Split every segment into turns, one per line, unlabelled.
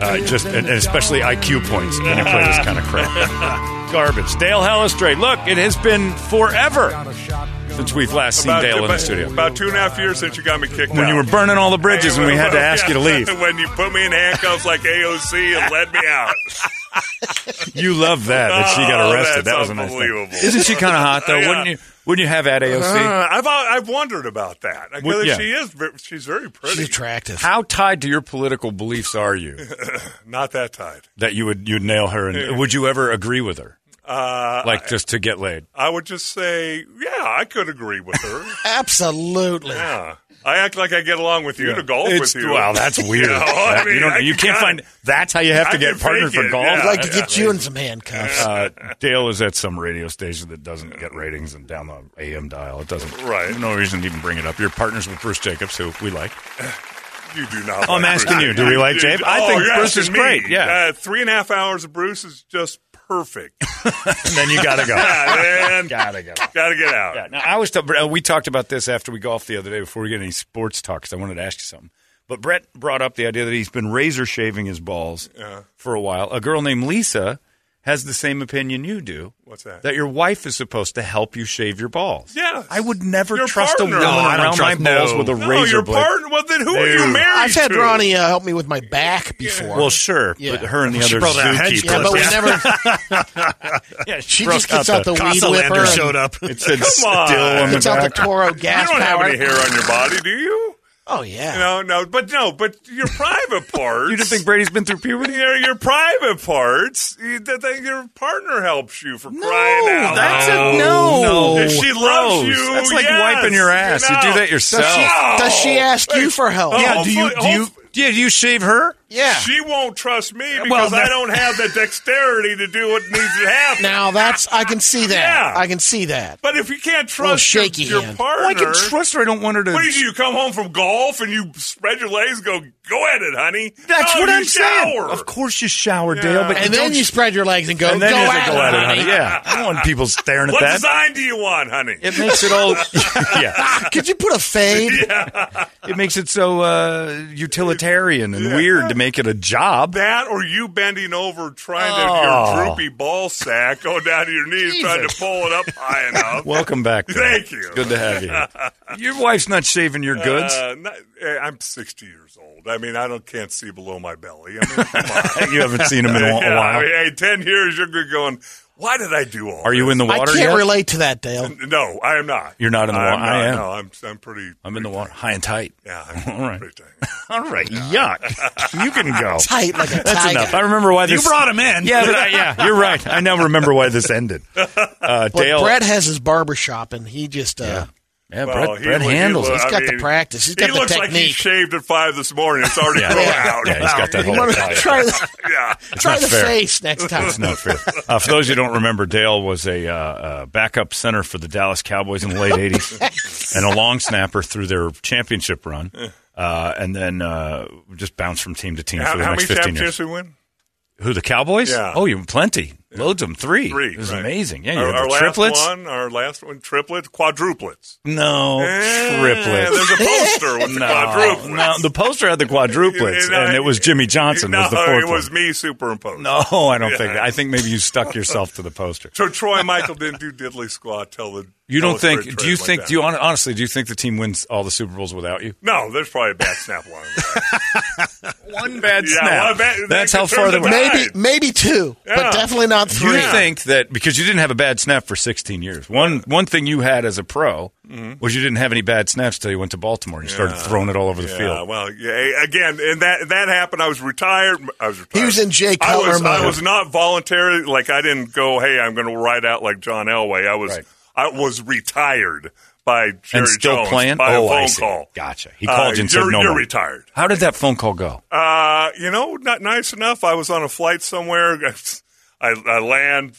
uh, just and, and especially IQ points when you play this kind of crap. Garbage. Dale Halistrate. Look, it has been forever since we've last seen Dale in the
about,
studio.
about two and a half years since you got me kicked
when
out.
you were burning all the bridges and we had to ask you to leave.
when you put me in handcuffs like AOC and led me out.
You love that that she got
Oh,
arrested.
that's
that was a nice thing.
unbelievable.
Isn't she kind of hot though?
Yeah.
Wouldn't you? Wouldn't you have at AOC?
Uh, I've al- I've wondered about that. I
Well,
guess
yeah.
she is. ver- She's very pretty.
She's attractive.
How tied to your political beliefs are you
Not that tight.
that you would you'd nail her? And would you ever agree with her?
Uh,
Like just to get laid?
I would just say, yeah, I could agree with her.
Absolutely.
yeah. I act like I get along with you to golf
It's-
with you.
Wow, that's weird.
Yeah, well, I
That- you
mean,
don't.
I
you
can
can't find.
kinda-
That's how you have
I
to get
can
partnered
fake
for
it,
golf.
yeah.
I'd like to
Yeah,
get you in some handcuffs.
Uh, Dale is at some radio station that doesn't get ratings and down the AM dial. It doesn't.
Right.
No reason to even bring it up. Your partners with Bruce Jacobs, who we like.
You do not.
Oh, I'm
like
asking
Bruce.
you, do we like Jabe? I
Oh,
think
you're
Bruce is
asking me.
great, yeah.
uh, three and a half hours of Bruce is just perfect.
And then you gotta go.
and
gotta go.
gotta get out.
Yeah, now I was. T- uh, we talked about this after we golfed the other day before we get any sports talk 'cause I wanted to ask you something. But Brett brought up the idea that he's been razor shaving his balls for a while. A girl named Lisa has the same opinion you do.
What's that?
That your wife is supposed to help you shave your balls.
Yes.
I would never
Your
trust
partner.
a woman
No, I
around
don't
my
trust-
balls
no.
with a
no,
razor
your
blade.
partner. Well, then who are
Dude.
you married
I've had
to?
Ronnie uh, help me with my back before.
Well, sure,
Yeah.
but her and the
She
other
brought out a hedge clip.
zookeeper.
yeah, but we never.
Yeah,
She
broke
just gets
out
out the, weed whipper.
Cossalander
and
showed up.
It said still
on.
on the
Gets out the
back.
Toro
You
gas
don't have
power.
any hair on your body, do you?
Oh yeah.
No, no, but no, but your private parts.
You didn't think Brady's been through puberty?
your, your private parts. you- That that your partner helps you for crying out.
that's
loud.
a no. Oh, No.
If she loves
Gross.
you,
That's like
yes.
wiping your ass. You do that yourself.
Does,
No.
she, does she ask you for help?
Oh,
Yeah, do you do you yeah, do you shave her?
Yeah.
She won't trust me because
Well,
I
that-
don't have the dexterity to do what needs to happen.
Now that's I can see that.
Yeah.
I can see that.
but if you can't trust
shaky
your, your
hand.
partner,
Well, I can trust her. I don't want her to.
What do you do? You come home from golf and you spread your legs and go, go at it, honey.
That's
No,
what
Oh, you
I'm saying.
shower.
Of course you shower, Dale. But
And
you
then
don't
you spread your legs and go.
and then
go
you
at
go
it,
at it,
honey.
honey. Yeah, I don't want people staring at
What
that.
design do you want, honey?
It makes it all. yeah,
Could you put a fade?
it makes it so uh, utilitarian and weird to make it a job.
That or you bending over trying to
Oh.
your droopy ball sack go down to your knees trying to pull it up high enough.
Welcome back. Dale.
Thank you.
It's good to have you. here. Your wife's not shaving your goods.
Uh, not, eh, I'm 60 years old. I mean, I don't can't see below my belly. I mean, come on.
you haven't seen them in a, a
yeah, I
while.
mean, hey, 10 years, you're good going, why did I do all
Are you in the
I
water
can't
yet?
relate to that, Dale.
this? No, I am not.
You're not in the
I'm
water. I
not,
am.
No, I'm, I'm pretty.
I'm in the water, high and tight.
Yeah, I'm
All right.
pretty
All right, yuck. You can go.
Tight like a
That's
tiger.
enough. I remember why
You
this.
brought him in.
Yeah, but I, yeah, you're right. I now remember why this endded. Uh,
But
Dale,
Brett has his barber shop, and he just uh,
Yeah,
Well,
Brett,
he
Brett
lo- he
handles. it.
lo-
He's
I
got
the practice. He's got
he
the
looks like he
technique.
shaved at five this morning. It's already
Yeah.
grown
Yeah.
out.
Yeah, he's got that whole-
You wanna
Yeah.
try the,
Yeah.
try
not
the
fair.
face next time.
It's not fair. Uh, for those who don't remember, Dale was a uh, uh, backup center for the Dallas Cowboys in the late '80s, and a long snapper through their championship run, uh, and then uh, just bounced from team to team
How,
for the
how
next 15
many
years.
championships we win?
Who the Cowboys?
Yeah.
Oh, you plenty, loads of them. Three.
Three.
It was
right.
amazing. Yeah, you
our,
had the
our
triplets.
Last one, our last one, triplets, quadruplets.
No,
Eh,
triplets.
There's a poster with the
No,
quadruplets.
no, the poster had the quadruplets, and it was Jimmy Johnson
no,
was the fourth
it was
one.
me superimposed.
No, I don't
Yeah.
think. I think maybe you stuck yourself to the poster.
So Troy Michael didn't do diddly squat till the.
You
till
don't
the
think?
third
Do
trade
you
went
think?
down.
Do you hon- honestly? Do you think the team wins all the Super Bowls without you?
No, there's probably a bad snap one.
One bad
Yeah,
snap.
one bad-
That's
that
how
could
far
turn
the
the
You
tide.
Maybe maybe two,
Yeah.
but definitely not three.
Yeah.
think that because you didn't have a bad snap for 16 years. One one thing you had as a pro
Mm-hmm.
was you didn't have any bad snaps till you went to Baltimore. You started throwing it all over the
Yeah,
field.
well, yeah, again, and that that happened. I was retired. I was retired.
He was in Jay
I was,
Cutler
I
mode.
was not voluntary. Like I didn't go. Hey, I'm going to ride out like John Elway. I was
Right.
I was retired by Jerry
and still
Jones
playing.
by
oh,
a phone
I see.
call.
Gotcha. He
Uh,
called you and said
you're-
no.
You're
more."
retired.
How did that phone call go?
Uh, you know, not nice enough. I was on a flight somewhere. I, I land.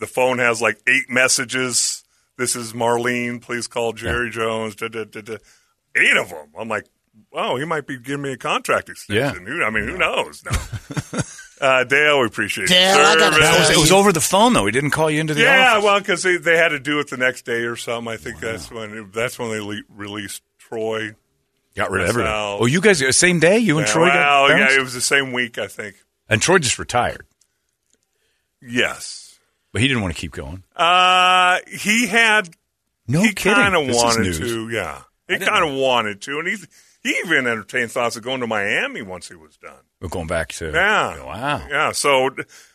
The phone has like eight messages. This is Marlene. Please call Jerry Jones. Da, da, da, da. Eight of them. I'm like, oh, he might be giving me a contract extension. Who- I mean, who knows? No. uh, Dale, we appreciate your
Dale, I gotta
service.
tell
It was, it was
you-
over the phone though. He didn't call you into the
yeah,
office.
well, because they, they had to do it the next day or something. I think that's when that's when they le- released Troy.
got rid of everything.
Well-
Oh, you guys same day. You and
Yeah,
Troy
well,
got bounced?
yeah, it was the same week, I think.
and Troy just retired,
Yes.
but he didn't want to keep going.
Uh, he had
No
he
kidding.
kind of
This is
wanted
news.
to, yeah. He
didn't
kind of wanted to, and he he even entertained thoughts of going to Miami once he was done.
We're going back to
Yeah,
Oh, Wow.
yeah. So,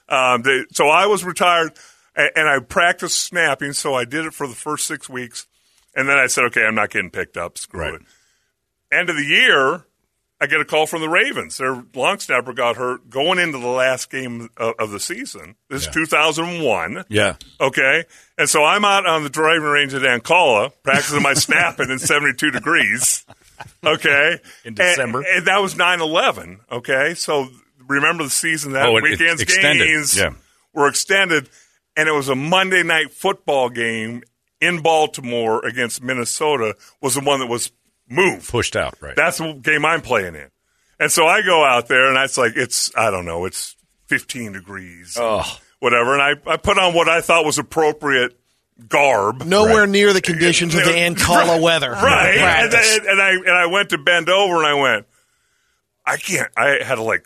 um, they, so I was retired, and, and I practiced snapping. So I did it for the first six weeks, and then I said, okay, I'm not getting picked up. Screw
Right.
it. End of the year, I get a call from the Ravens. Their long snapper got hurt going into the last game of, of the season. This is 2001.
Yeah.
Okay. And so I'm out on the driving range at Ancala practicing my snapping in 72 degrees. Okay.
In
And-
December.
And, that was 9 11. Okay. So remember the season that
Oh, it- it
weekend's
extended,
games
yeah.
were extended. And it was a Monday night football game in Baltimore against Minnesota, was the one that was moved.
Pushed out. Right.
That's the game I'm playing in. And so I go out there and it's like, it's, I don't know, it's 15 degrees.
Oh.
Whatever. And I, I put on what I thought was appropriate garb.
Nowhere near the conditions of the Ancala weather.
Right. And,
Practice.
and, and I, and I went to bend over and I went, I can't, I had to like,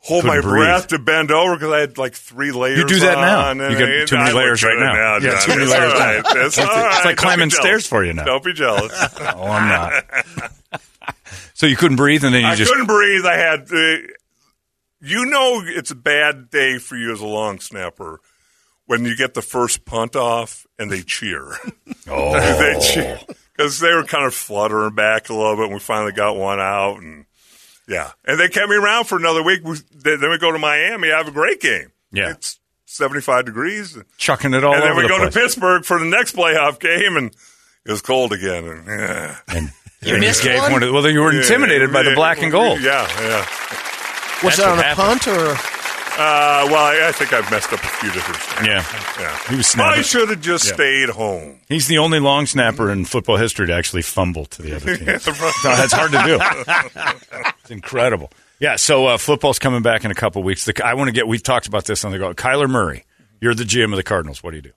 Hold
Couldn't
my
breathe.
breath to bend over because I had like three layers.
You do that now.
on, and
You got
I-
too many
I look
layers right
good
now. Yeah,
John.
too many
It's
layers
all
now.
right. It's, all
It's like
right. Don't be
climbing
jealous.
stairs for you now.
Don't be jealous.
oh, I'm not. so you couldn't breathe, and then you
I
just
couldn't breathe. I had, uh, you know, it's a bad day for you as a long snapper when you get the first punt off and they cheer.
oh,
they cheer because they were kind of fluttering back a little bit. And we finally got one out, and yeah, and they kept me around for another week. We, then then we go to Miami. I have a great game.
Yeah.
it's seventy-five degrees, and
chucking it all
then
over
we
the
go
place.
to Pittsburgh for the next playoff game, and it was cold again. And, yeah.
And you
missed
gave
one?
one. of- well, then you were intimidated by the
Yeah,
black and gold.
Yeah, yeah.
That's
Was that
what
on a
happened.
punt or?
Uh, well, I, I think I've messed up a few different things.
Yeah.
Yeah.
He was
I
snapping.
should have just
Yeah.
stayed home.
He's the only long snapper in football history to actually fumble to the other team. No, that's hard to do. it's incredible. Yeah, so uh, football's coming back in a couple weeks. The, I want to get. We've talked about this on the go. Kyler Murray, you're the GM of the Cardinals. What do you do?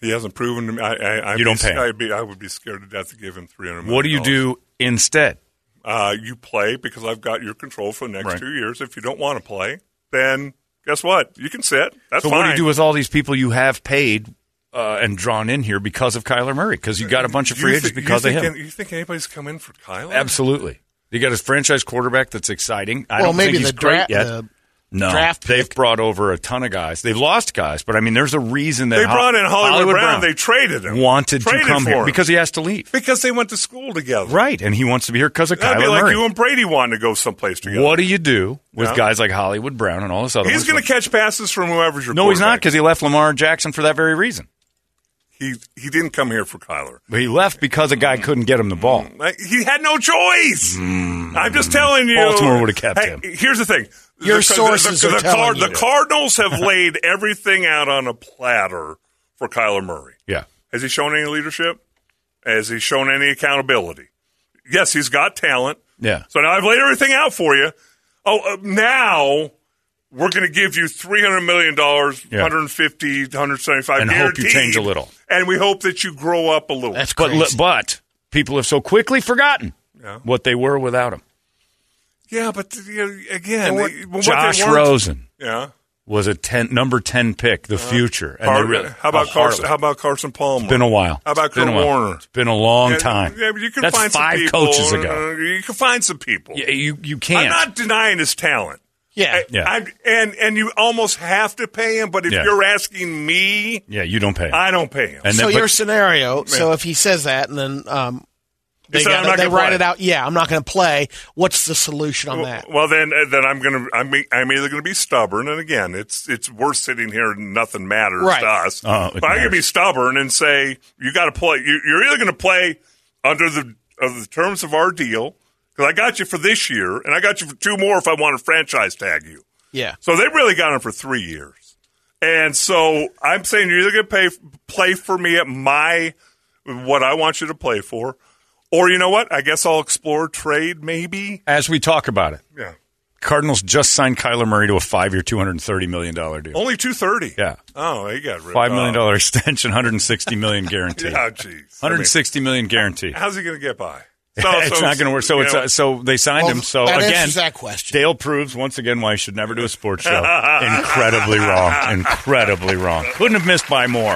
He hasn't proven to me. I, I, I'd
You don't
be,
pay him.
I'd be, I would be scared to death to give him three hundred.
What do you do instead?
Uh, you play because I've got your control for the next
Right.
two years. If you don't want to play, then guess what? You can sit. That's
So
fine.
what do you do with all these people you have paid uh, and drawn in here because of Kyler Murray? Because you got a bunch of
You
free agents
thi- you
because of
think
him.
an- You think anybody's come in for Kyler?
Absolutely. You got a franchise quarterback that's exciting. I
Well,
don't
maybe
think he's
the
great
dra-
yet.
the
no,
draft
they've
pick.
brought over a ton of guys. They've lost guys, but I mean, there's a reason that
They
Ho-
brought in Hollywood, Brown. They traded him.
wanted
traded
to come
for
here
him.
because he has to leave.
because they went to school together.
Right, and he wants to be here because of
That'd
Kyler
be like
Murray.
you and Brady wanting to go someplace together.
what do you do with
Yeah.
guys like Hollywood Brown and all this other?
He's
going
going to catch passes from whoever's your
No, he's not
quarterback.
because he left Lamar Jackson for that very reason.
He he didn't come here for Kyler.
But he left because a
Mm.
guy couldn't get him the ball.
Like, he had no choice. I'm just telling you.
Hmm. Baltimore would've kept
Hey,
him.
Here's the thing.
Your
the,
sources are telling you
The
that.
Cardinals have laid everything out on a platter for Kyler Murray.
Yeah.
Has he shown any leadership? Has he shown any accountability? Yes, he's got talent.
Yeah.
So now I've laid everything out for you. Oh, uh, now we're going to give you three hundred million dollars,
Yeah.
one hundred fifty, one hundred seventy-five,
And hope you change a little.
and we hope that you grow up a little.
That's
But
crazy.
but people have so quickly forgotten what they were without him.
yeah, but you know, again,
And what-
they- well, what they
Josh
weren't-
Rosen
Yeah.
was a ten number ten pick, the future. And
Har-
they really-
Uh, how about
oh,
Carson?
Harlan.
How about Carson Palmer?
It's been a while.
How about
It's been
Kurt
a while.
Warner?
It's been a long
Yeah,
time.
Yeah, but you can
That's
find
five
some people.
coaches
Uh,
ago.
You can find some people.
Yeah, you you
I'm
can't.
not denying his talent.
Yeah.
I-
Yeah.
I- and and you almost have to pay him. But if
Yeah.
you're asking me,
yeah, you don't pay. him.
I don't pay him.
And
so
then, but-
your scenario. So if he says that, and then um, they,
said,
got-
"I'm not
they
gonna
write
play."
it out. Yeah, I'm not going to play. What's the solution on that?
Well, then, uh, then I'm gonna, I'm, be- I'm either gonna be stubborn, and again, it's it's worse sitting here and nothing matters
Right.
to us.
Oh, it
but I'm gonna be
matters.
stubborn and say you got to play. You, you're either gonna play under the of the terms of our deal because I got you for this year, and I got you for two more if I want to franchise tag you.
Yeah.
So they really got him for three years, and so I'm saying you're either gonna pay play for me at my what I want you to play for, or you know what? I guess I'll explore trade maybe.
as we talk about it,
Yeah.
Cardinals just signed Kyler Murray to a five-year, two hundred and thirty million dollar deal.
Only two thirty.
Yeah.
Oh, he got ripped
Five million
off.
dollar extension, hundred and sixty million guaranteed.
Yeah, oh, jeez. I
Hundred
mean,
and sixty million guaranteed.
how's he going to get by?
it's not going to work. So
you
it's
know,
uh, so they signed
Well,
him. So
that
again,
answers that question.
Dale proves once again why he should never do a sports show. Incredibly wrong. Incredibly wrong. Couldn't have missed by more.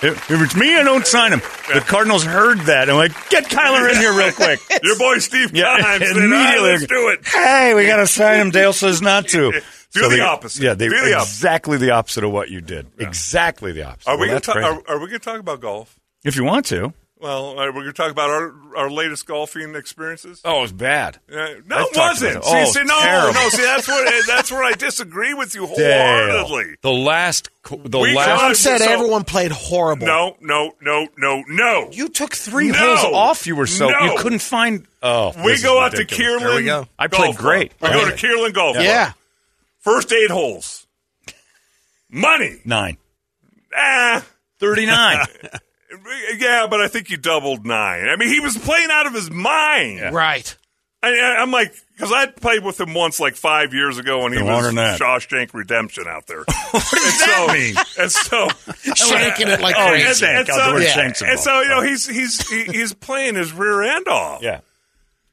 If, if it's me, I don't sign him. The Cardinals heard that and like, get Kyler in here real quick.
your boy Steve
uh, Yeah,
Kimes said,
immediately.
"All right, let's do it.
Hey, we got to sign him. Dale says not to.
Do the opposite.
Yeah, they
Do the opposite.
exactly the opposite of what you did. Exactly the opposite.
Are
Well,
we going
that's
to
crazy.
are, are we going to talk about golf?
if you want to.
Well, are we going to talk about our our latest golfing experiences?
Oh, it's bad.
Uh,
I talked
no, it
about
wasn't.
it.
See,
Oh,
see, no,
terrible.
no. See, that's what that's where I disagree with you
Dale.
wholeheartedly.
The last, co- the
We
last
got-
John said
so-
everyone played horrible.
No, no, no, no, no.
You took three
three
No.
holes off. You were so
No.
you couldn't find. Oh,
we
this
go
is
out to
ridiculous.
Kierland.
There we go.
I played
Golf Club.
great.
We go to Kierland Golf. Club.
Yeah.
First eight holes. Money.
Nine.
Ah.
Thirty-nine.
Yeah, but I think you doubled nine. I mean, he was playing out of his mind.
Right.
I, I- I'm like, because I played with him once, like five years ago, and he
Been
was
longer than that.
Shawshank Redemption out there. what does that so, mean? And so,
Shanking it like
Oh,
crazy.
yeah. Shank,
so,
outdoor
yeah.
shanks
and so, you know, he's he's he- he's playing his rear end off,
yeah,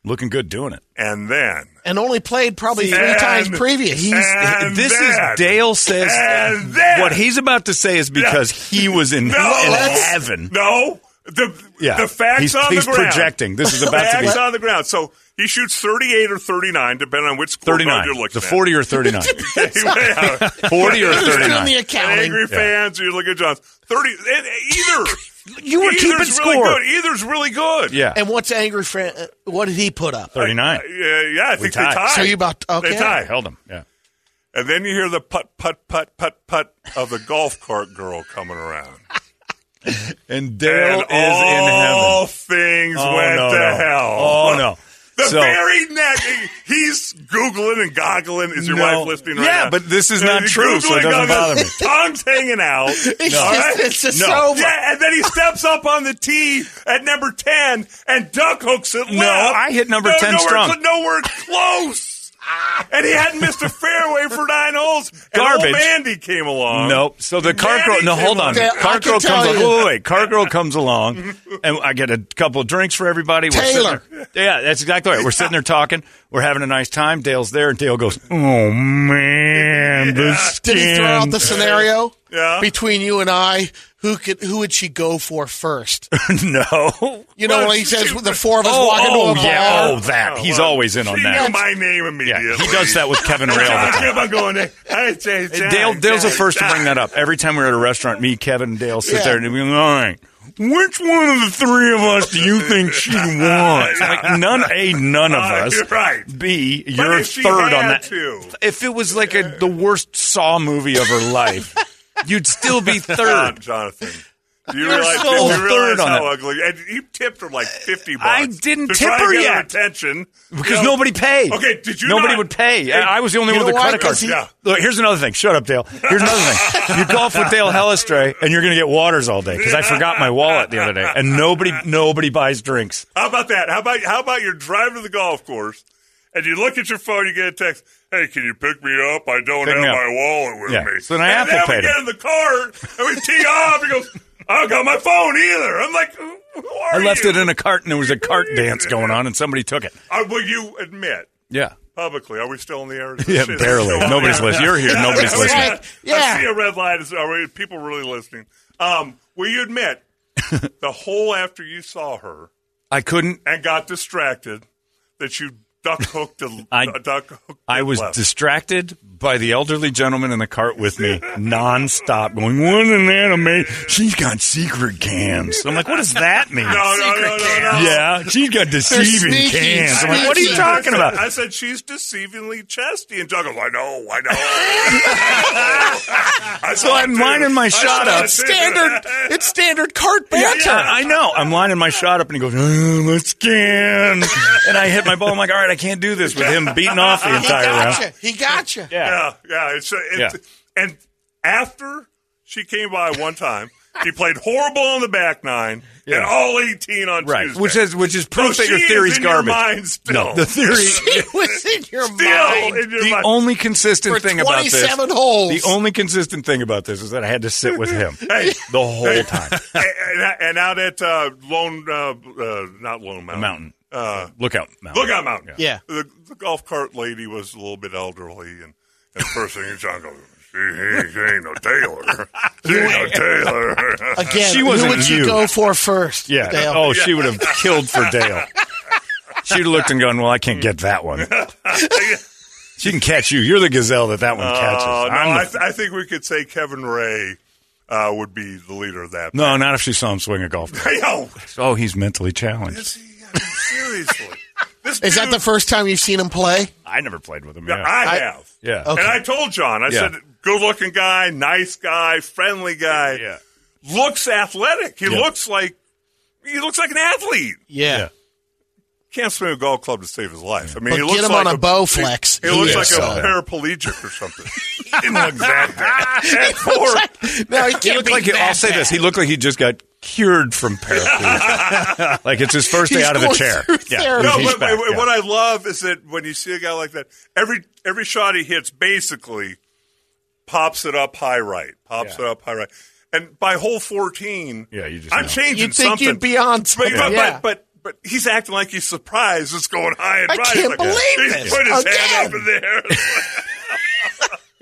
looking good doing it.
and then
And only played probably three
And-
times previous. He's
and
this
then-
is Dale says
and then-
what he's about to say is because he was in, in
that's-
heaven.
No, the
Yeah,
the facts
he's,
on
he's
the ground.
projecting. This is about to
Facts
be
on the ground. So he shoots 38 or 39, depending on which scorecard
thirty-nine.
you're looking
The
at.
forty or thirty-nine.
Yeah.
forty or
doing
thirty-nine.
the accounting.
Angry fans, you look at John's. 30, and either.
You were
either's
keeping
really
score.
Good. Either's really good. Uh,
yeah,
And what's angry friend? uh, What did he put up?
thirty-nine.
Yeah, yeah, I think
tied.
they tied.
So you about- okay.
They tied.
Held him. Yeah.
And then you hear the putt, putt, putt, putt, putt of the golf cart girl coming around.
And Dale
and
is in
all
heaven.
things
Oh,
went
no,
to
no.
hell.
Oh, no.
The
So-
very next, he's googling and goggling. Is your
No.
wife listening right
Yeah,
now?
but this is not
He's
true, so it
googling,
doesn't bother me.
goggling, Tongue's hanging out.
It's
All
just,
right?
it's just
No.
over.
Yeah, and then he steps up on the tee at number ten and duck hooks it.
No,
left.
I hit number
No,
10
nowhere,
strong.
cl- Nowhere close. and he hadn't missed a fairway for nine holes.
Garbage.
And old Andy came along.
Nope. So the car
Daddy
girl. No, hold on.
came
Yeah, I
car
can
girl
tell
comes. Along,
you.
wait, wait, wait. Car girl comes along, and I get a couple of drinks for everybody. We're sitting
Taylor.
there- Yeah, that's exactly right. We're sitting there talking. We're having a nice time. Dale's there, and Dale goes, "Oh man, the skin."
Did he throw out the scenario
Yeah.
between you and I? Who could? Who would she go for first?
no.
You know
Well,
when he says
she-
the four of us
Oh,
walk into
oh,
a bar.
yeah. Oh, that. He's always in on
she
that.
Knew my name
Yeah,
immediately.
he does that with Kevin Ray all the
I
time.
kept on going there. I said, John,
Dale, Dale's the
John,
first to
John.
bring that up. Every time we're at a restaurant, me, Kevin, and Dale sit
Yeah.
there and be like, all right, which one of the three of us do you think she wants? Like, none, A, none of
Uh,
us.
you're right.
B,
But
you're
if she
third on
had
that.
to.
If it was like a, the worst Saw movie of her life, you'd still be
John,
third.
Jonathan. Do you
You're
realize,
so
do you realize
third on
how
it.
ugly? And you tipped her like fifty bucks.
I didn't
to
tip
try to
her
get
yet.
attention
Because
You know,
nobody paid.
Okay, did you?
Nobody
not?
would pay.
Hey,
I I was the only
you
one with a
know why?
credit card.
Because- Yeah.
Look, here's another thing. Shut up, Dale. Here's another thing. You golf with Dale Hellestray, and you're going to get waters all day because I forgot my wallet the other day, and nobody nobody buys drinks.
How about that? How about how about you're driving to the golf course and you look at your phone, you get a text, "Hey, can you pick me up? I don't
Pick
have
me up.
my wallet with
Yeah.
me."
So then I
and then
Apple
we
Paid
get
him.
in the car and we tee off. He goes, "I don't got my phone either." I'm like, "Who who are
I left
you?"
it in a cart, and there was a cart dance going on, and somebody took it.
Uh, will you admit
Yeah.
publicly? Are we still in the air?
Yeah,
Shit, is
barely.
this still on
Nobody's
the air?
listening. You're here. Nobody's
I-
listening.
Yeah.
I see a red light. Is are we, people really listening? Um, will you admit the whole after you saw her?
I couldn't.
and got distracted that you duck hooked a
I-
a duck hooked
I
a
was
left.
distracted by the elderly gentleman in the cart with me, nonstop, going, "What an anime! She's got secret cams." I'm like, "What does that mean?"
No, no, no, no, no.
Yeah, she's got deceiving
sneaky,
cans. I'm like,
sneaky.
what are you talking
I said-
about?
I said she's deceivingly chesty, and Doug goes, "I know, I know." I
So I'm lining my shot up.
Standard.
It's standard cart banter. I know. I'm lining my shot up, and he goes, "Uh, "Let's scan." and I hit my ball. I'm like, "All right, I can't do this with him beating off the
He
entire
got you.
round."
He got you.
Yeah, yeah. It's, it's,
Yeah.
And after she came by one time, she played horrible on the back nine and
Yeah.
all eighteen on
Right,
Tuesday.
which is which is
So
proof that your
she is
theory's
in
garbage.
mind still.
no, the theory.
He was in your
still
mind.
in your
the
mind.
only consistent
For
thing about this
27 holes.
the only consistent thing about this is that i had to sit with him the whole time
and, and- and out at uh, Lone, uh, uh, not Lone Mountain.
mountain
Uh,
lookout mountain
Lookout Mountain.
Yeah.
The, the golf cart lady was a little bit elderly, and, and first thing you John goes, she, he- she ain't no Taylor. She ain't no Taylor.
Again,
Uh, She wasn't
who would you,
you.
go for first?
yeah
Dale?
oh she would have killed for dale she'd have looked and gone well i can't get that one she can catch you you're the gazelle that that one catches
Uh, no,
I'm
I,
the-
th- I think we could say Kevin Ray uh, would be the leader of that.
no not if she saw him swing a golf club.
Hey, yo,
oh he's mentally challenged
is he, I mean, seriously. This
Is that
dude-
the first time you've seen him play?
i never played with him
Yeah,
yeah,
I
I-
have.
yeah.
Okay.
And I told John, I
Yeah.
said, good looking guy, nice guy, friendly guy.
Yeah.
Looks athletic. He
Yeah.
looks like he looks like an athlete.
Yeah.
Yeah.
Can't swing a golf club to save his life. I mean,
But
he
get
looks
him
like
on a Bowflex.
He, he
He
looks
is
like a
solid.
paraplegic or something. he didn't look that bad. At four,
No, he
He
can't
looked
be
like he,
that
I'll say
bad.
this. He looked like he just got cured from paraplegia. like it's his first day
He's
out of the
going
chair.
through therapy.
No,
he's
but
back,
what-
yeah.
what I love is that when you see a guy like that, every every shot he hits basically pops it up high right, pops
Yeah.
it up high right, and by hole fourteen,
Yeah, you just
I'm
know.
changing
You'd think
something.
you'd be on
but,
something.
but,
Yeah.
but but but he's acting like he's surprised it's going high and
I
right.
can't
It's like,
believe
He
this.
put his hand up
Again.
in the air.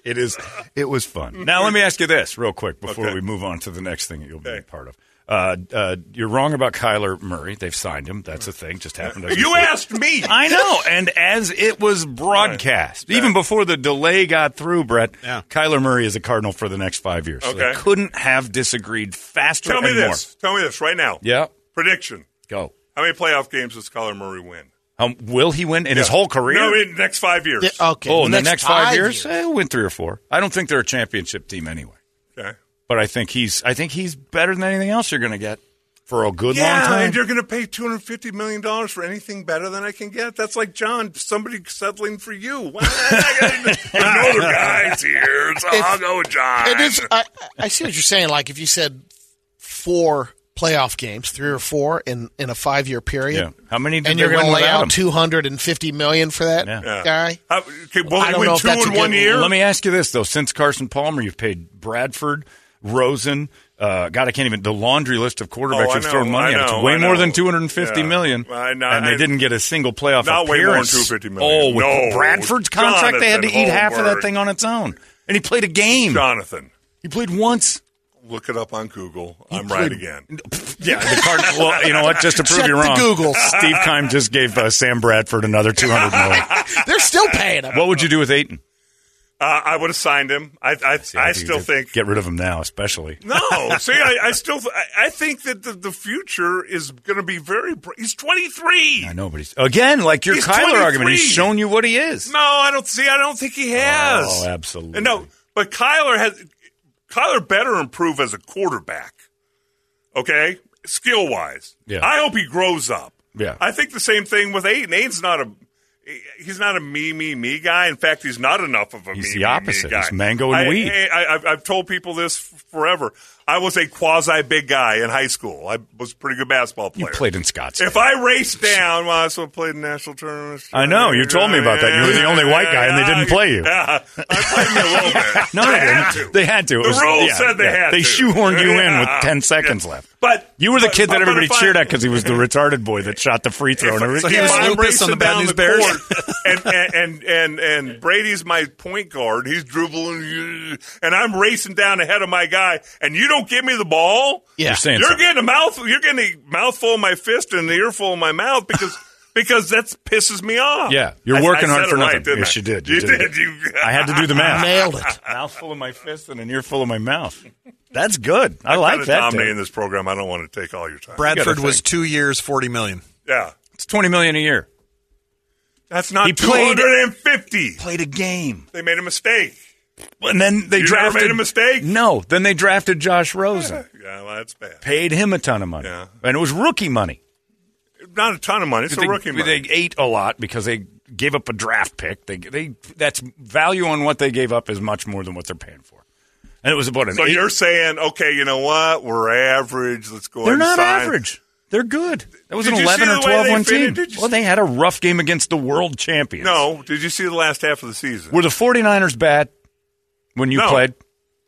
It is. It was fun. Now let me ask you this real quick before
Okay.
we move on to the next thing that you'll be a
Okay.
part of. Uh, uh, you're wrong about Kyler Murray. They've signed him. That's a thing. Just happened. to
you asked me.
I know. And as it was broadcast, even before the delay got through, Brett, Kyler Murray is a Cardinal for the next five years. So they
Okay.
couldn't have disagreed faster
Tell me
and
this. Tell me this right now.
more. Yeah.
Prediction:
Go.
How many playoff games does Kyler Murray win?
Um, will he win in his whole career?
No, in the next five years.
Yeah, okay.
oh, in the next five, years, Eh, win three or four. I don't think they're a championship team anyway.
Okay.
But I think he's I think he's better than anything else you're going to get for a good
Yeah,
long time.
and you're going to pay two hundred fifty million dollars for anything better than I can get. That's like John, somebody settling for you. Well, I gotta- There's no other guys here, so I'll go with John.
It is. I, I see what you're saying. Like if you said four playoff games, three or four in in a five year period,
yeah. How many did
and
they
you're
win
going to lay
without
out
him?
two hundred and fifty million for that
Yeah.
Yeah.
guy.
How, okay, well,
I
you
don't
win
know if
two
that's a
in
good
one year.
Let me ask you this though: since Carson Palmer, you've paid Bradford, Rosen. Uh, God, I can't even. The laundry list of quarterbacks
Oh, I
you've thrown
know,
money
I
at. It's
know,
way
I
more than
know.
two hundred and fifty
Yeah.
million,
I know,
and they
I-
didn't get a single playoff
Not way more than
appearance.
$250 million.
Oh, with
No,
Bradford's contract, they had to
Jonathan
eat half of that
Holmberg.
thing on its own, and he played a game.
Jonathan,
He played once.
look it up on Google. I'm
played-
right again.
Yeah, the Cardinals. well, you know what? Just to prove
Check
you
the
wrong,
Googles.
Steve Kime just gave uh, Sam Bradford another two hundred million.
They're still paying him.
what would you do with Aiton?
Uh, I would have signed him. I, I, I
Dude,
still
just
think
get rid of him now, especially.
No, see, I, I still, I, I think that the, the future is going to be very. Br- he's 23.
I know, but he's again like your
He's
Kyler argument.
23.
He's shown you what he is.
No, I don't see. I don't think he has.
Oh, absolutely.
And no, but Kyler has. Kyler better improve as a quarterback Okay, skill wise.
Yeah.
I hope he grows up.
Yeah.
I think the same thing with Aiden. Aiden's not a. He's not a me, me, me guy. In fact, he's not enough of a
He's
me,
the
me,
opposite.
Me guy.
He's mango and
I-
weed.
I, I, I've, I've told people this forever. I was a quasi big guy in high school. I was a pretty good basketball
You
player.
played in Scottsdale.
If I raced down, well, I still played in national tournaments.
I know, you told me about that. You were the only white guy and they didn't play you.
Yeah, I played me a little bit.
no,
they
they didn't.
had to.
They had to. It
The
was-
rules
yeah,
said they
yeah.
had
They
to.
shoehorned you in with
Yeah.
10 seconds
Yeah.
left.
But
you were the
but-
kid that
but if
everybody
I-
cheered at because he was the retarded boy that shot the free throw and
if
everything.
I- if
was
I'm
Lupus on
racing
the Bad
down
News Bears.
court and, and, and, and, and Brady's my point guard. He's dribbling, and I'm racing down ahead of my guy, and you don't give me the ball.
Yeah.
You're saying
You're
something.
getting a mouth. You're getting a mouthful of my fist and an earful of my mouth because because that pisses me off.
Yeah, you're
I-
working
I
hard
said
for
it right,
nothing.
didn't
Yes,
I?
you did.
You,
You
did.
did.
You,
I had to do the math.
Nailed it.
Mouthful of my fist and an earful of my mouth. That's good. I
I'm
like
kinda
that.
dominating
dude.
this program. I don't want to take all your time.
Bradford was
think.
two years, forty million.
yeah,
It's twenty million a year.
that's not
He
two
played-
hundred and fifty.
Played a game,
They made a mistake.
and then they
You never
drafted.
made a mistake?
No, then they drafted Josh Rosen,
Yeah, well, that's bad.
paid him a ton of money,
Yeah.
and it was rookie money.
Not a ton of money. It's
they,
a rookie money.
They ate a lot because they gave up a draft pick. They they that's value on what they gave up is much more than what they're paying for. And it was about an
so
eight.
you're saying, okay, you know what? We're average. Let's go.
they're
ahead
not
and sign.
average. They're good. That was
Did
an
you see
eleven or
the way
twelve
they
win
finished?
team.
Did you
Well,
see-
they had a rough game against the world champions.
No. Did you see the last half of the season?
were the 49ers bad when you
No.
played?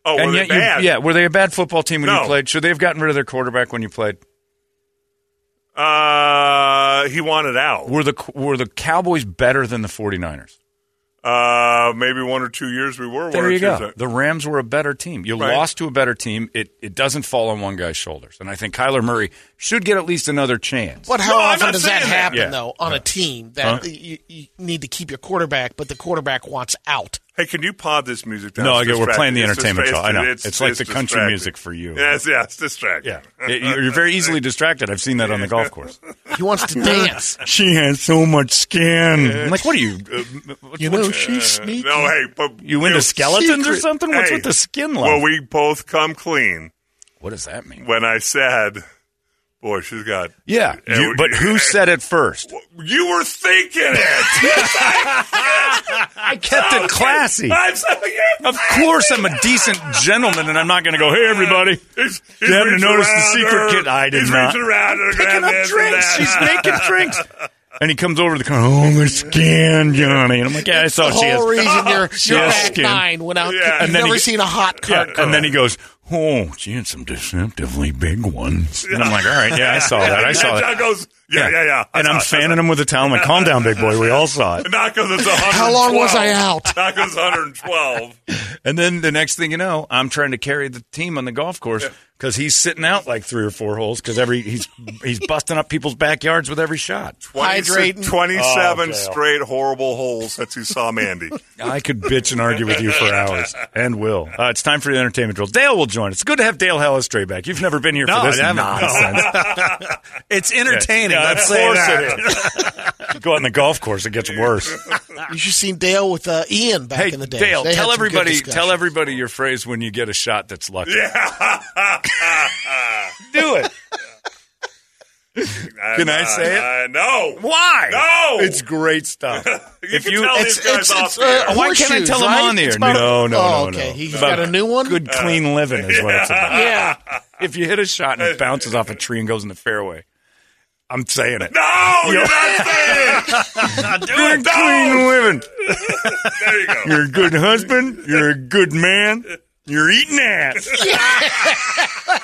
oh,
and
were
yet
they bad?
You, yeah, were they a bad football team when you
No.
played? Should they have gotten rid of their quarterback when you played?
Uh, he wanted out.
Were the were the Cowboys better than the 49ers?
Uh, maybe one or two years we were. one
There
or
you
two
go.
years-
The Rams were a better team. You
Right.
lost to a better team. It it doesn't fall on one guy's shoulders. And I think Kyler Murray should get at least another chance.
But how
No, I'm
often
not
does that
saying that.
happen,
Yeah.
though, on a team that
Huh?
you, you need to keep your quarterback, but the quarterback wants out?
Hey, can you pod this music down?
No,
It's
I get- we're
distracting.
playing the
It's
entertainment
distra-
show. I know.
It's,
It's like the country
distracting.
music for you.
Yes, yeah, it's distracting.
Yeah. It- you- you're very easily distracted. I've seen that on the golf course.
He wants to dance.
She has so much skin. I'm like, what are you? Uh, what,
You
what-
know, she's sneaky.
No, hey, but
you into skeletons or
secret-
something? What's
Hey,
with the skin like?
Well, we both come clean
what does that mean?
when I said, "Boy, she's got."
Yeah,
Yeah,
you-
we-
but who said it first?
You were thinking it.
I kept it classy.
I'm so, yeah.
Of course, I'm a decent gentleman, and I'm not going to go, "Hey, everybody,
He's,
you
he's
haven't
reaching
noticed the
around
secret
her.
kid? I did
he's
not.
reaching around her,
picking
grabbing
up
this and
drinks.
that.
She's making drinks." And he comes over to the car. Oh, the skin, Johnny. And I'm like, yeah, I saw
the
she has.
whole reason your,
she
your
has
back
skin.
nine went out.
Yeah.
You've
And
then
never
he-
seen a hot
Yeah,
card.
and then he goes, "Oh, she had some deceptively big ones." And I'm like, "All right, yeah, I saw that. I saw
and John
that."
goes, yeah, yeah, yeah. I
And I'm
saw it, I saw
fanning
it.
him with a towel. I'm like, "Calm down, big boy. We all saw it."
Not because it's 112.
How long was I out?
Not because 112.
And then the next thing you know, I'm trying to carry the team on the golf course because he's sitting out like three or four holes because every he's he's busting up people's backyards with every shot.
27,
Hydrating.
27
Oh, Dale.
straight horrible holes since he saw Mandy.
I could bitch and argue with you for hours, and will. Uh, it's time for the entertainment drill. Dale will join. It's good to have Dale Hellestray back. You've never been here
No,
for this
I haven't.
nonsense.
It's entertaining.
Yeah,
Let's
of
say
course
that.
it is. You go out on the golf course, it gets worse.
You should have seen Dale with uh, Ian back
hey,
in the day.
Dale,
They had
tell
some good
everybody,
discussions.
tell everybody your phrase when you get a shot that's lucky.
yeah.
Do it. Can I say it?
Uh, no.
Why?
No!
It's great stuff.
You can tell these guys off the air.
Oh, Why can't I
horseshoes,
tell him
right?
on the air?
It's about-
No, no,
oh,
no,
okay.
no.
He's
About
got a new one.
Good clean
Uh,
living is what it's about.
Yeah.
If you hit a shot and it bounces off a tree and goes in the fairway, I'm saying it.
No, Oh, you're not saying it.
Good clean living.
There you go.
You're a good husband. You're a good man. You're eating ass.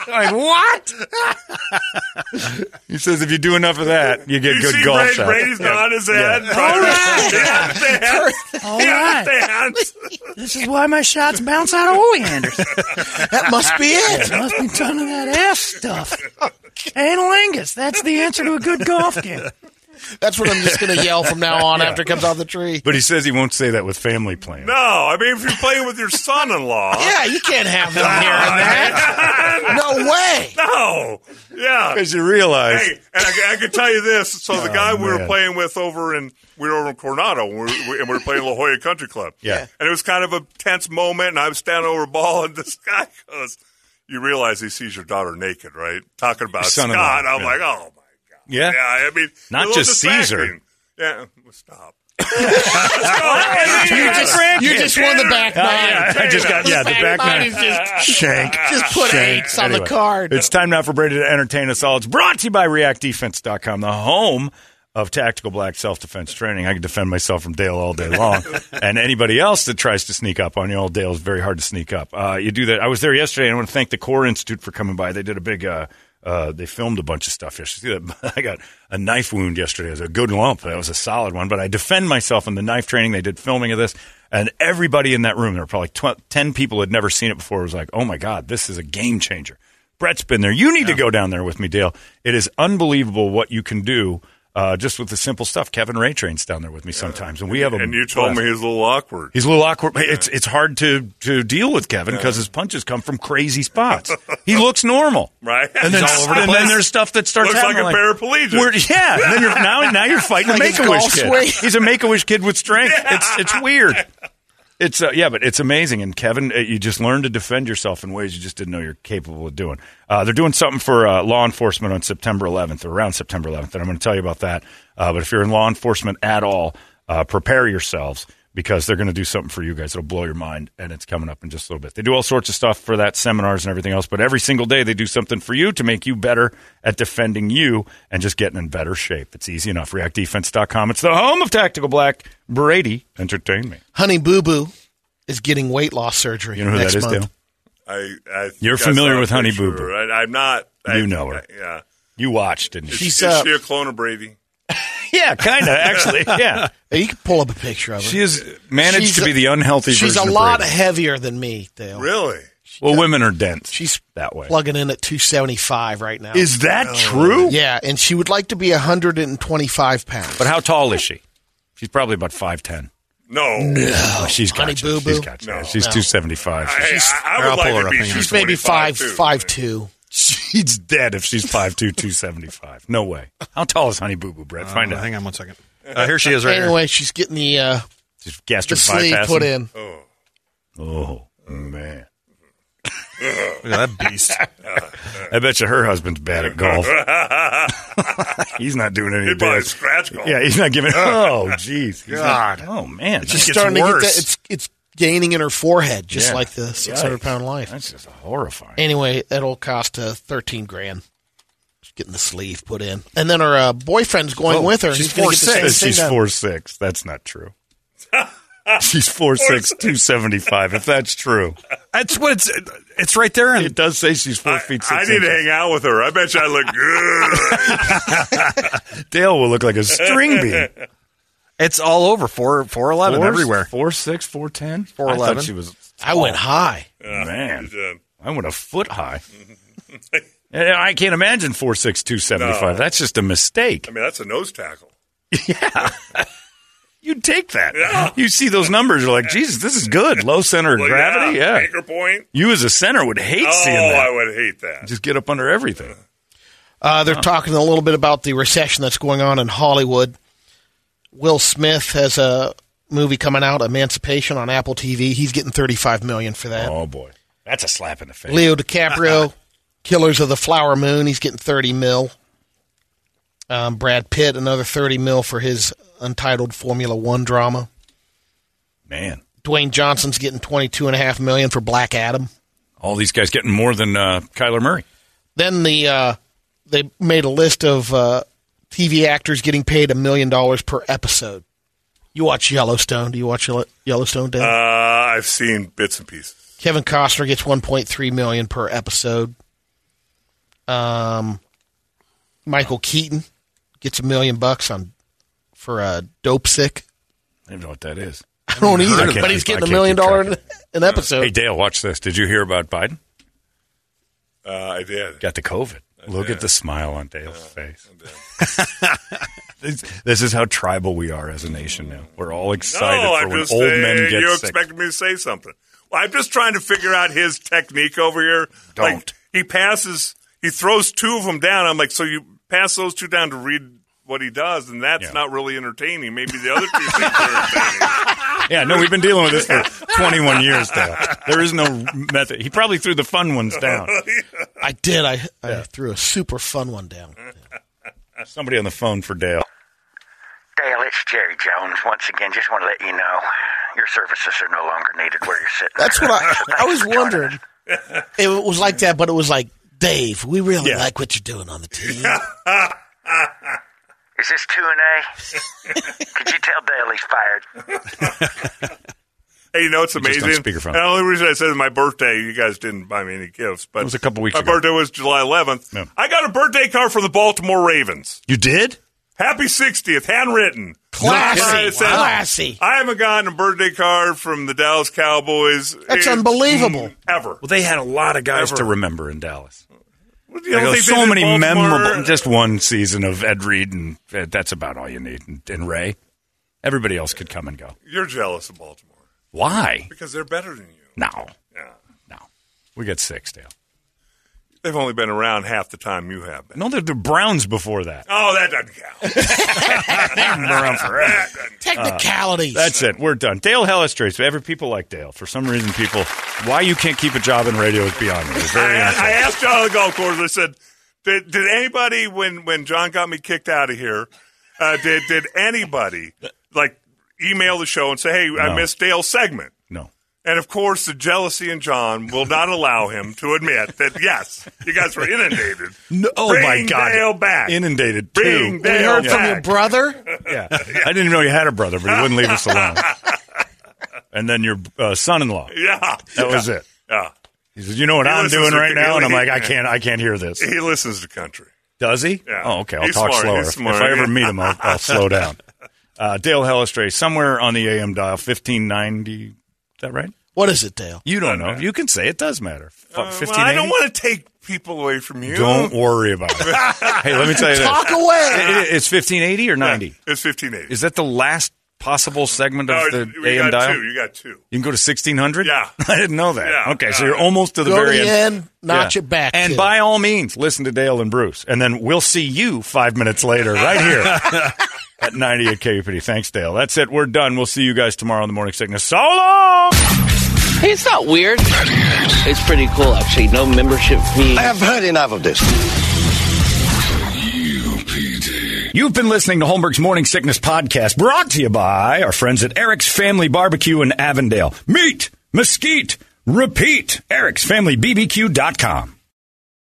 like what? he says if you do enough of that, you get
You
good
see
golf
Brad
shots.
Brady's
Yeah.
nodding his
Yeah.
head. All
right. This is why my shots bounce out of Oleanders.
That must be it.
Must be ton of that ass stuff. Analingus. That's the answer to a good golf game.
That's what I'm just going to yell from now on after it comes out of the tree.
But he says he won't say that with family plan.
No, Oh, I mean, if you're playing with your son-in-law.
Yeah, you can't have them hearing that. No way.
No. Yeah.
Because you realize
Hey, and I, I can tell you this. So the guy we were
Oh, man.
playing with over in we were over in Coronado, and we were, and we were playing La Jolla Country Club.
Yeah.
and it was kind of a tense moment, and I was standing over a ball, and this guy goes, you realize he sees your daughter naked, right? Talking about
Son of a-
Scott, I'm
yeah.
like, oh my
Yeah.
god. Yeah, I mean, a
Not
little
just Caesar.
distracting. Yeah, well, stop.
You just, you just won the back nine.
I just got yeah the back nine.
is just
Shank.
Just put
Shank.
eights on the
Anyway,
card.
It's time now for Brady to entertain us all. It's brought to you by ReactDefense.com, the home of tactical black self defense training. I can defend myself from Dale all day long. and anybody else that tries to sneak up on you, old Dale is very hard to sneak up. Uh, you do that. I was there yesterday, and I want to thank the Core Institute for coming by. They did a big. Uh, uh, they filmed a bunch of stuff yesterday. See that? I got a knife wound yesterday. It was a good lump. That was a solid one. But I defend myself in the knife training. They did filming of this. And everybody in that room, there were probably tw- 10 people who had never seen it before, was like, oh my God, this is a game changer. Brett's been there. You need to go down there with me, Dale. It is unbelievable what you can do uh, just with the simple stuff. Kevin Ray trains down there with me sometimes, and we have a.
And you told me
blast.
he's a little awkward.
he's a little awkward. but It's it's hard to to deal with Kevin because his punches come from crazy spots. he looks normal,
Right.
And then,
He's all over the
and then
place.
there's stuff that starts
Looks like
happening,
a paraplegic.
we're- yeah. And then you're now now you're fighting
Like
a
his
make a wish
golf
kid.
swing.
He's a make a wish kid with strength. It's it's weird. It's uh, yeah, but it's amazing. And Kevin, uh, you just learn to defend yourself in ways you just didn't know you're capable of doing. Uh, they're doing something for uh, law enforcement on September 11th or around September 11th, and I'm going to tell you about that. Uh, but if you're in law enforcement at all, uh, prepare yourselves because they're going to do something for you guys that'll blow your mind, and it's coming up in just a little bit. They do all sorts of stuff for that seminars and everything else, but every single day they do something for you to make you better at defending you and just getting in better shape. It's easy enough. ReactDefense.com. It's the home of Tactical Black. Brady, entertain me.
Honey Boo Boo is getting weight loss surgery.
You know who
next
that is,
month.
Dale?
I, I think
You're
I
familiar
saw a
with Honey
picture,
Boo Boo.
right? I'm not. I-
You know her.
yeah.
You watched, didn't you?
She's,
Is
uh,
she a clone of Brady?
yeah, kind of actually. Yeah,
Hey, You can pull up a picture of her.
she has managed
She's
to be
a-
the unhealthy.
She's
version
a lot
Of Brady.
heavier than me, Dale.
Really?
well, women are dense.
She's
that way.
plugging in at 275 right now.
Is that true?
yeah, and she would like to be 125 pounds.
But how tall is she? She's probably about five ten.
No.
Oh, she's got
honey
you.
boo-boo.
She's got you.
No.
she's two seventy five.
I, I, I
I'll
would
pull
like
her
to
up,
be
hang on.
she's maybe 5'5",
225, too.
5'2".
She's dead if she's 5'2", 275. No way. How tall is Honey Boo Boo, Brett? Find
Uh,
out.
Hang on one second. Uh, here she is right
Anyway, she's getting the uh,
She's
the
gastric
sleeve
bypassing.
put in.
Oh man,
here. Look at that beast.
I bet you her husband's bad at golf. he's not doing any
He'd probably
dance.
scratch golf.
Yeah, he's not giving. Oh, jeez, He's not- oh man, that
She's
gets
starting to get
worse.
that. It's it's gaining in her forehead, just
Yeah.
like the 600 pound life.
That's just horrifying.
Anyway, that'll cost uh, 13 grand. She's getting the sleeve put in, and then her uh, boyfriend's going
Oh,
with her.
She's
He's gonna
four
get the same
six.
thing
She's
done.
four six. That's not true. She's four six, two seventy five. If that's true,
That's what it's. It's right there.
it
And
does say she's four
I,
feet six.
I need to hang out with her. I bet you I look good.
Dale will look like a string bean.
it's all over. Four four eleven
Four-
everywhere.
Four six, four ten, four
4'11.
She was
I went high.
man.
She's, uh,
I went a foot high. And I can't imagine four six, two seventy five.
No.
That's just a mistake.
I mean, that's a nose tackle.
You'd take that.
Yeah.
You see those numbers, you're like, Jesus, this is good. Low center of
Well,
gravity. Yeah.
Anchor point.
You as a center would hate
Oh,
seeing that.
I would hate that.
Just get up under everything.
Uh, they're talking a little bit about the recession that's going on in Hollywood. Will Smith has a movie coming out, Emancipation, on Apple TV. He's getting thirty-five million for that.
Oh boy, that's a slap in the face.
Leo DiCaprio, Killers of the Flower Moon. He's getting thirty mil. Um, Brad Pitt another thirty mil for his untitled Formula One drama.
Man,
Dwayne Johnson's getting twenty-two and a half million for Black Adam.
all these guys getting more than uh, Kyler Murray.
Then the uh, they made a list of uh, TV actors getting paid a million dollars per episode. You watch Yellowstone? Do you watch Yellow- Yellowstone? Dan?
Uh, I've seen bits and pieces.
Kevin Costner gets one point three million per episode. Um, Michael Keaton gets a million bucks on for uh, Dope Sick.
I don't even know what that is.
I don't
I
either,
can't
but he's
keep-
getting
I
a
can't
million
keep
dollar
track
an,
of
an episode.
Hey Dale, watch this. Did you hear about Biden?
Uh, I did.
Got the COVID. Look at the smile on Dale's face. this, this is how tribal we are as a nation now. We're all excited
no,
for
I'm
when
Oh, just
old men
saying,
get
you
sick.
expected me to say something. Well, I'm just trying to figure out his technique over here. Like,
Don't.
he passes. He throws two of them down. I'm like, so you pass those two down to read what he does, and that's
Yeah.
not really entertaining. Maybe the other two things are entertaining.
Yeah, no, we've been dealing with this for 21 years now. There is no method. He probably threw the fun ones down.
I did. I, I threw a super fun one down.
Somebody on the phone for Dale.
Dale, it's Jerry Jones once again. Just want to let you know your services are no longer needed where you're sitting.
That's what I I was wondering. It was like that, but it was like Dave. We really like what you're doing on the team.
Is this two and A? Could you tell Dale he's fired?
Hey, you know it's
You're just on
amazing.
speakerphone.
And the only reason I said it, my birthday, you guys didn't buy me any gifts, but
It was a couple weeks
My
ago.
birthday was July 11th.
Yeah.
I got a birthday card from the Baltimore Ravens.
You did?
Happy 60th, handwritten.
Classy.
Right, it says,
Classy.
I haven't gotten a birthday card from the Dallas Cowboys.
That's
in-
unbelievable.
Ever.
Well, they had a lot of guys
Ever.
to remember in Dallas.
You
There
don't
goes
think they
so
did
many
Baltimore-
memorable. Just one season of Ed Reed, and uh, that's about all you need. And, and Ray. Everybody else could come and go.
You're jealous of Baltimore
Why?
because they're better than you.
No,
Yeah.
no. We got six, Dale.
They've only been around half the time you have been.
No, they're the Browns before that.
Oh, that doesn't count. Ah.
They've been around forever.
That doesn't-
Technicalities.
That's it. We're done. Dale Hellestrates. Every people like Dale. For some reason, people why you can't keep a job in radio is beyond me. It's
I,
very
I
unfair.
asked John on the golf course. I said, "Did, did anybody when when John got me kicked out of here? Uh, did did anybody like email the show and say, hey,
No.
I missed Dale's segment?'"
no.
And of course, the jealousy in John will not allow him to admit that yes, you guys were inundated.
No, oh
Bring
my God!
Dale back.
inundated too.
Bring
we
Dale
heard from
back.
your brother.
yeah. I didn't even know you had a brother, but he wouldn't leave us alone. and then your uh, son-in-law.
yeah,
That was it.
yeah.
He says, "You know what
He
I'm
listens
doing
to
right now," and I'm
Kaylee.
like, "I can't, I can't hear this."
He listens to country.
Does he?
Yeah.
Oh, okay. I'll
He's
talk
smart.
slower.
He's smart.
If I ever meet him, I'll, I'll slow down. Uh, Dale Hellestray, somewhere on the AM dial, fifteen ninety. Is that right?
What is it, Dale?
You don't know. You can say it does matter. F-
Uh, well,
1580?
I don't want to take people away from you.
Don't worry about it. hey, let me tell you this.
Talk away.
It- it- it's 1580 or 90?
It's fifteen eighty.
Is that the last possible segment of the
you
AM
got
dial?
two. You got two.
You can go to 1600?
Yeah.
I didn't know that.
Yeah,
okay, so
yeah.
you're almost to the
Go to
very
the
end.
end, notch
Yeah.
it back.
And
kid.
by all means, listen to Dale and Bruce. And then we'll see you five minutes later right here at 98 KUPD. Thanks, Dale. That's it. We're done. We'll see you guys tomorrow on the morning sickness. So long!
Hey, it's not weird. It's pretty cool, actually. No membership fee.
I have heard enough of this.
You've been listening to Holmberg's Morning Sickness Podcast, brought to you by our friends at Eric's Family Barbecue in Avondale. Meet, mesquite, repeat. Eric'sFamilyBBQ.com.